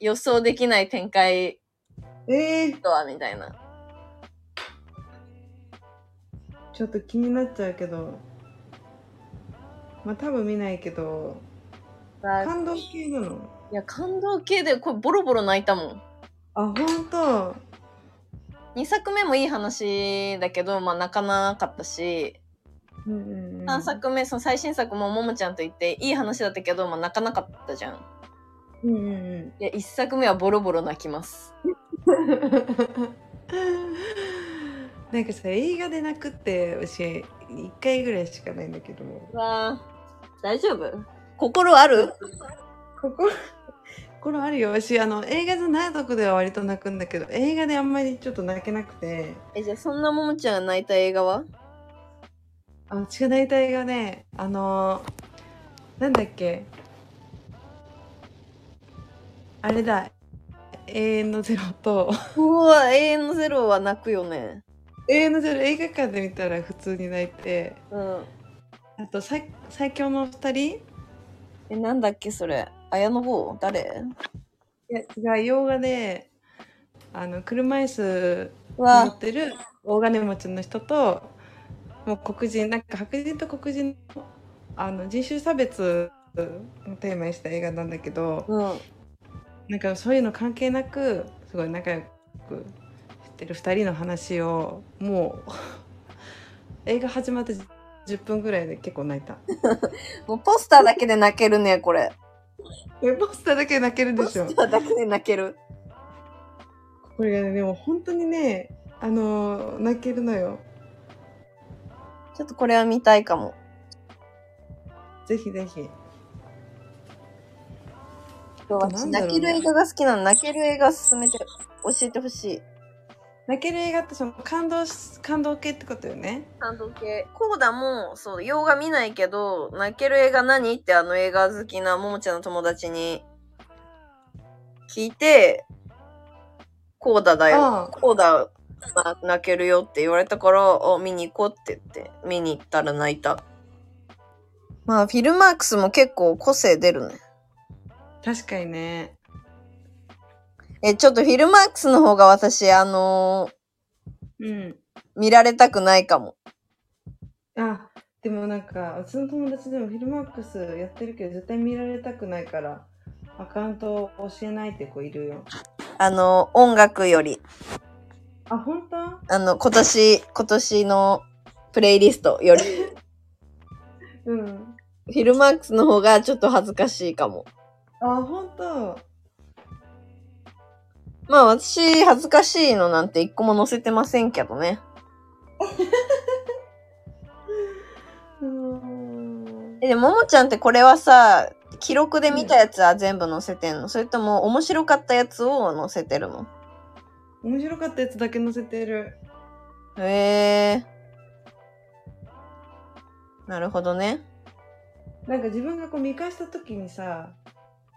B: 予想できない展開
A: えー、
B: とは、みたいな。
A: ちょっと気になっちゃうけど。まあ多分見ないけど、感動系なの
B: いや、感動系で、これボロボロ泣いたもん。
A: あ、ほんと
B: 2作目もいい話だけど、まあ泣かなかったし、
A: うんうんうん。
B: 3作目、その最新作もももちゃんと言って、いい話だったけど、まあ泣かなかったじゃん。
A: うんうんうん。
B: いや、1作目はボロボロ泣きます。
A: なんかさ映画で泣くって私1回ぐらいしかないんだけど
B: うわあ大丈夫心ある
A: ここ心あるよ私あの映画じゃないとこでは割と泣くんだけど映画であんまりちょっと泣けなくて
B: え、じゃあそんなももちゃんが泣いた映画は
A: あの違う大体がねあのなんだっけあれだ永遠のゼロと
B: うわ、永遠のゼロは泣くよね。
A: 永遠のゼロ映画館で見たら普通に泣いて
B: うん。
A: あと最最強の2人
B: え、なんだっけ、それ。綾野剛誰
A: いや違う洋画であの車椅子
B: う
A: 乗っ
B: わ、
A: てる大金持ちの人ともう黒人なんか白人と黒人のあの人種差別をテーマにした映画なんだけど
B: うん。
A: なんかそういうの関係なくすごい仲良くしてる2人の話をもう 映画始まって10分ぐらいで結構泣いた。
B: もうポスターだけで泣けるね、これ。
A: えポスターだけで泣けるで
B: ポ
A: しょ
B: ス。ターだけで泣ける。
A: これがねでも本当にねあのー泣けるのよ。
B: ちょっとこれは見たいかも。
A: ぜひぜひ。
B: 今日は私
A: なんだろう
B: 泣
A: ね
B: ける映画が好きなの、泣ける映画勧めて、教えてほしい。
A: 泣ける映画ってその感動し感動系ってことよね。
B: 感動系。コーダも、そう、洋画見ないけど、泣ける映画何ってあの映画好きなももちゃんの友達に聞いて、コーダだよ。
A: あ
B: コーダ、な泣けるよって言われたから、あ、見に行こうって言って、見に行ったら泣いた。まあ、フィルマークスも結構個性出るね。
A: 確かにね。
B: え、ちょっとフィルマークスの方が私、あの
A: うん。
B: ー見られたくないかも。
A: あでもなんかうちの友達でもフィルマックスやってるけど絶対見られたくないからアカウントを教えないって子いるよ。
B: あの音楽より。
A: あ本当？
B: あの、今年、今年のプレイリストより、
A: うん。
B: フィルマークスの方がちょっと恥ずかしいかも。
A: あ本当。
B: まあ私、恥ずかしいのなんて一個も載せてませんけどね。
A: うん
B: え、でも、ももちゃんってこれはさ、記録で見たやつは全部載せてんのそれとも、面白かったやつを載せてるの
A: 面白かったやつだけ載せてる。
B: へえなるほどね。
A: なんか自分がこう見返した時にさ、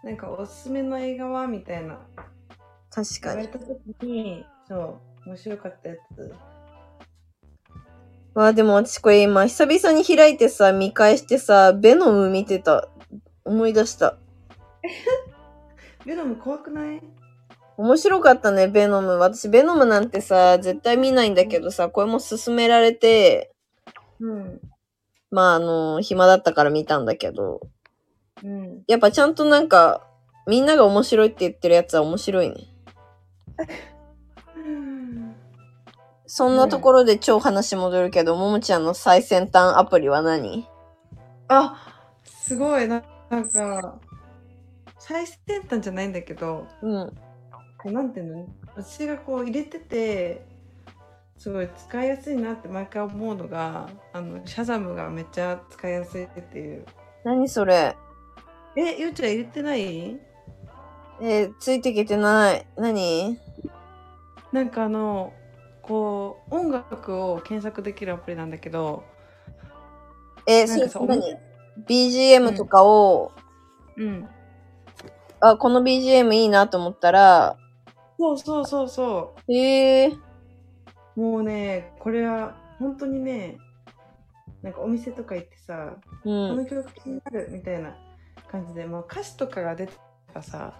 A: なんかおすすめの映画はみたいな
B: 確
A: 言
B: か
A: わ
B: に
A: れ。た時に、そう、面白かったやつ。
B: わあ、でも私これ今、久々に開いてさ、見返してさ、ベノム見てた。思い出した。
A: ベノム怖くない
B: 面白かったね、ベノム。私、ベノムなんてさ、絶対見ないんだけどさ、これも勧められて、
A: うん。
B: まあ、あの、暇だったから見たんだけど、
A: うん。
B: やっぱちゃんとなんか、みんなが面白いって言ってるやつは面白いね。そんなところで超話戻るけど、ももちゃんの最先端アプリは何
A: あすごいななんか最先端じゃないんだけど
B: うん。
A: こうなんていうの私がこう入れててすごい使いやすいなって毎回思うのがあのシャザムがめっちゃ使いやすいっていう
B: 何それ
A: えゆうちゃん入れてない
B: えーついてきてない。何
A: なんかあのこう音楽を検索できるアプリなんだけど
B: えー
A: なんかさ
B: それ
A: 思っ
B: 何 ?BGM とかを、
A: うん
B: あ、この BGM いいなと思ったら、
A: そうそうそうそ
B: えー、
A: うもうねこれは本当にねなんかお店とか行ってさ
B: う
A: こ
B: ん。
A: の曲気になるみたいな感じで、まあ、歌詞とかが出てたらさ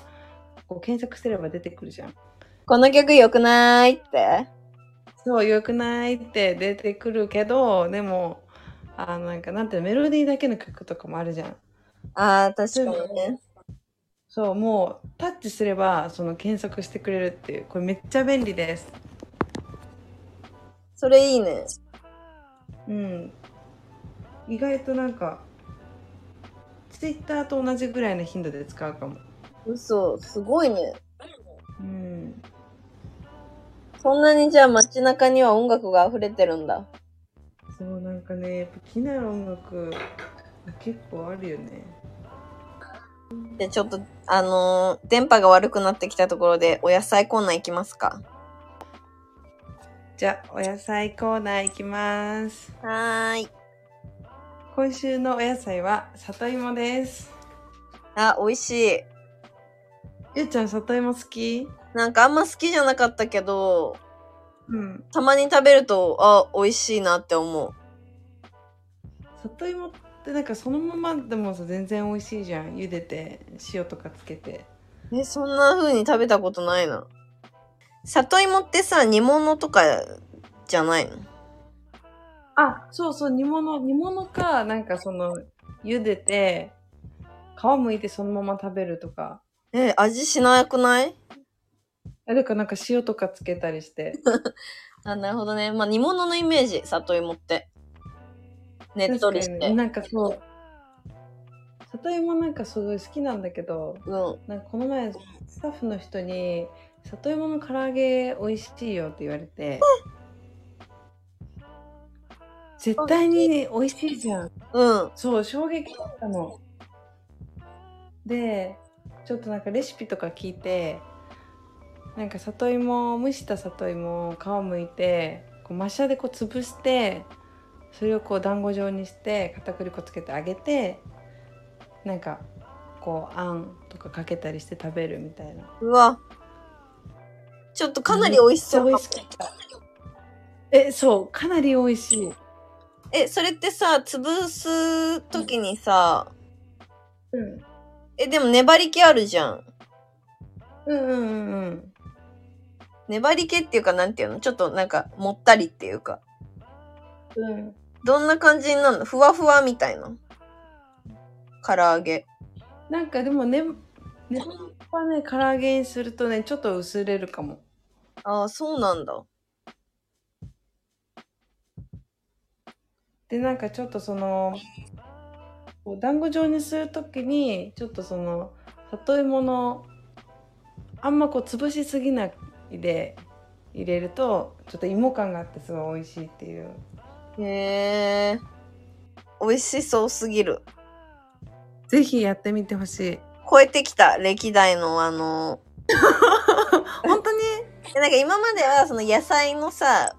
A: こう検索すれば出てくるじゃん。
B: この曲良くないって
A: そうよくないって出てくるけどでもあなんかなんていうのメロディーだけの曲とかもあるじゃん。
B: あー、確かにね。
A: そうもうタッチすればその検索してくれるっていうこれめっちゃ便利です。
B: それいいね。
A: うん、意外となんかツイッターと同じぐらいの頻度で使うかも。
B: 嘘、すごいね。
A: うん
B: そんなにじゃあ街中には音楽が溢れてるんだ。
A: そうなんかねやっぱ気になる音楽結構あるよね
B: で、ちょっと、あのー電波が悪くなってきたところで、お野菜コーナー行きますか。
A: じゃあお野菜コーナーいきます
B: はーい。
A: 今週のお野菜は里芋です
B: あ、美味しい。
A: ゆうちゃん里芋好き
B: なんかあんま好きじゃなかったけど、
A: うん
B: たまに食べると、あ、美味しいなって思う。
A: 里芋ってなんかそのままでもさ全然美味しいじゃん茹でて塩とかつけて
B: え、そんな風に食べたことないな。里芋ってさ、煮物とかじゃないの
A: あそうそう煮物煮物かなんかその茹でて皮むいてそのまま食べるとか
B: え、味しなくない
A: あだからなんか塩とかつけたりして
B: あ、なるほどね。まあ、煮物のイメージ、里芋って。ねっとりし
A: 確かに
B: て。
A: なんかそう里芋なんかすごい好きなんだけど
B: うん。
A: なんかこの前スタッフの人に「里芋の唐揚げ美味しいよ」って言われて絶対に美味しいじゃん
B: うん。
A: そう衝撃だったのでちょっとなんかレシピとか聞いてなんか里芋蒸した里芋を皮むいてこうマッシャーでこう潰してそれをこう団子状にして片栗粉つけて揚げてなんかこうあんとかかけたりして食べるみたいな
B: うわ。ちょっとかなり美味しそう
A: めっ
B: か
A: ちゃ美味しかったえそうかなり美味しい、
B: え、それってさ、潰すときにさ、
A: うん、
B: え、でも粘り気あるじゃん。
A: うんうんうんうん
B: 粘り気っていうか、なんていうのちょっとなんか、もったりっていうか。
A: うん
B: どんな感じになるのふわふわみたいな。唐揚げ。
A: なんかでもね、ね、はね、唐揚げにするとね、ちょっと薄れるかも。
B: ああ、そうなんだ。
A: で、なんかちょっとその、こう団子状にするときに、ちょっとその、里芋の、あんまこう潰しすぎないで入れるとちょっと芋感があってすごい美味しいっていう
B: へえ。美味しそうすぎる。
A: ぜひやってみてほしい
B: 超えてきた、歴代のあの、
A: 本当に
B: えなんか今まではその野菜のさ、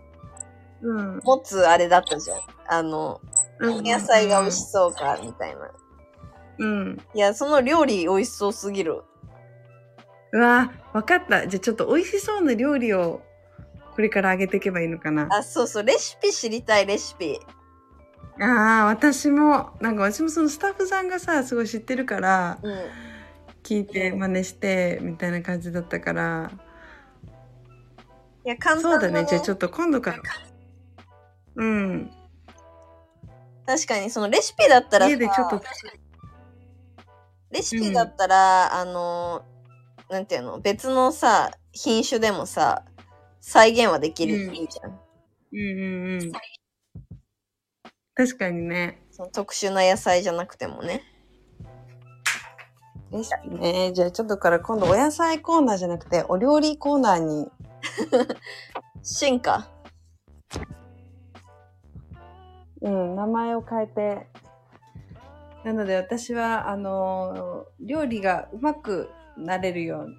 A: うん
B: 持つあれだったじゃん。あの、
A: うん
B: 野菜が美味しそうか、みたいな。
A: うん
B: いや、その料理美味しそうすぎる。
A: うわ分かったじゃあちょっと美味しそうな料理をこれからあげていけばいいのかな
B: あ、そうそう、レシピ知りたい、レシピ。
A: あー私もなんか私もそのスタッフさんがさすごい知ってるから
B: うん。
A: 聞いて真似してみたいな感じだったから
B: いや、簡単
A: そうだねじゃあちょ
B: っ
A: っと今度からうん
B: と。確かに、そのレシピだったらさ
A: 家でちょっと
B: レシピだったら、あの、なんていうの、別のさ、品種でもさ、再現はできる
A: うん
B: いいじゃん。
A: うんうんうん確かにね
B: その特殊な野菜じゃなくてもね。
A: レシピねじゃあちょっとから今度お野菜コーナーじゃなくてお料理コーナーに
B: 進化。
A: うん、名前を変えて。なので私は、あのー料理がうまくなれるよう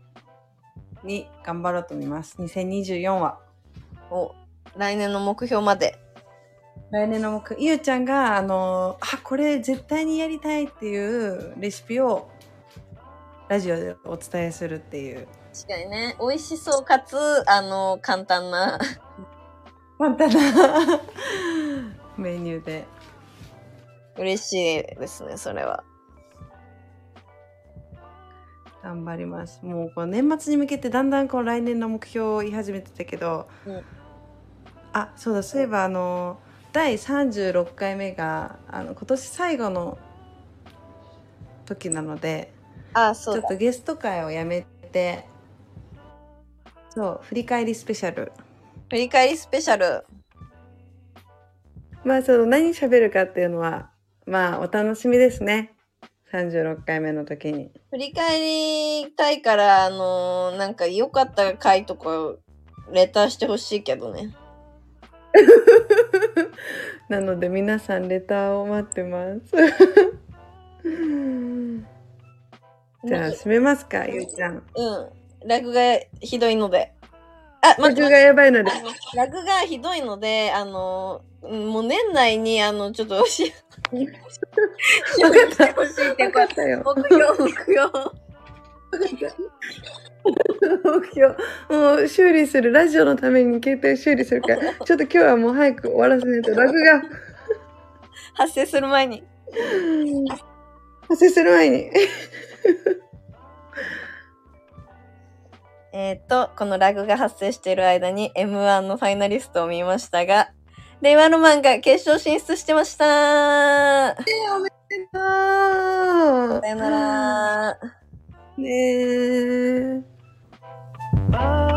A: に頑張ろうと思います。2024は。
B: を来年の目標まで。
A: 来年の目ゆうちゃんが、あのーあ、これ絶対にやりたいっていうレシピをラジオでお伝えするっていう。
B: 確かにね、美味しそうかつ、あの、簡単な。
A: 簡単な メニューで。
B: 嬉しいですね、それは。
A: 頑張りますもうこう年末に向けてだんだんこう来年の目標を言い始めてたけど、
B: うん
A: あそうだそういえばあの第36回目があの今年最後の時なので
B: ああ、
A: ち
B: そ
A: ょ
B: う
A: っ
B: だ。
A: とゲスト会をやめてそう振り返りスペシャル
B: 振り返りスペシャル。
A: まあその何喋るかっていうのはまあお楽しみですね36回目の時に
B: 振り返りたいから、あのなんか良かった回とか、レターしてほしいけどね。
A: なので皆さんレターを待って ます。じゃあ閉めますか、ゆうちゃん。
B: うん。落がひどいので。あ、待っ
A: 僕
B: て
A: がやばいので。
B: ラグがひどいので、あの、うんもう年内に、あの、ち ょっとし、
A: わかった
B: してほしいって
A: 分
B: いうか
A: かったよ。
B: 目標、目標。
A: 目標。もう修理する。ラジオのために携帯修理する から。ちょっと今日はもう早く終わらせないとラグが
B: 発生する前に。
A: 発生する前に。
B: えっ、と、このラグが発生している間に M1 のファイナリストを見ましたが、令和ロマンが決勝進出してましたさ
A: ああ。
B: よなら
A: ねえ。
C: Oh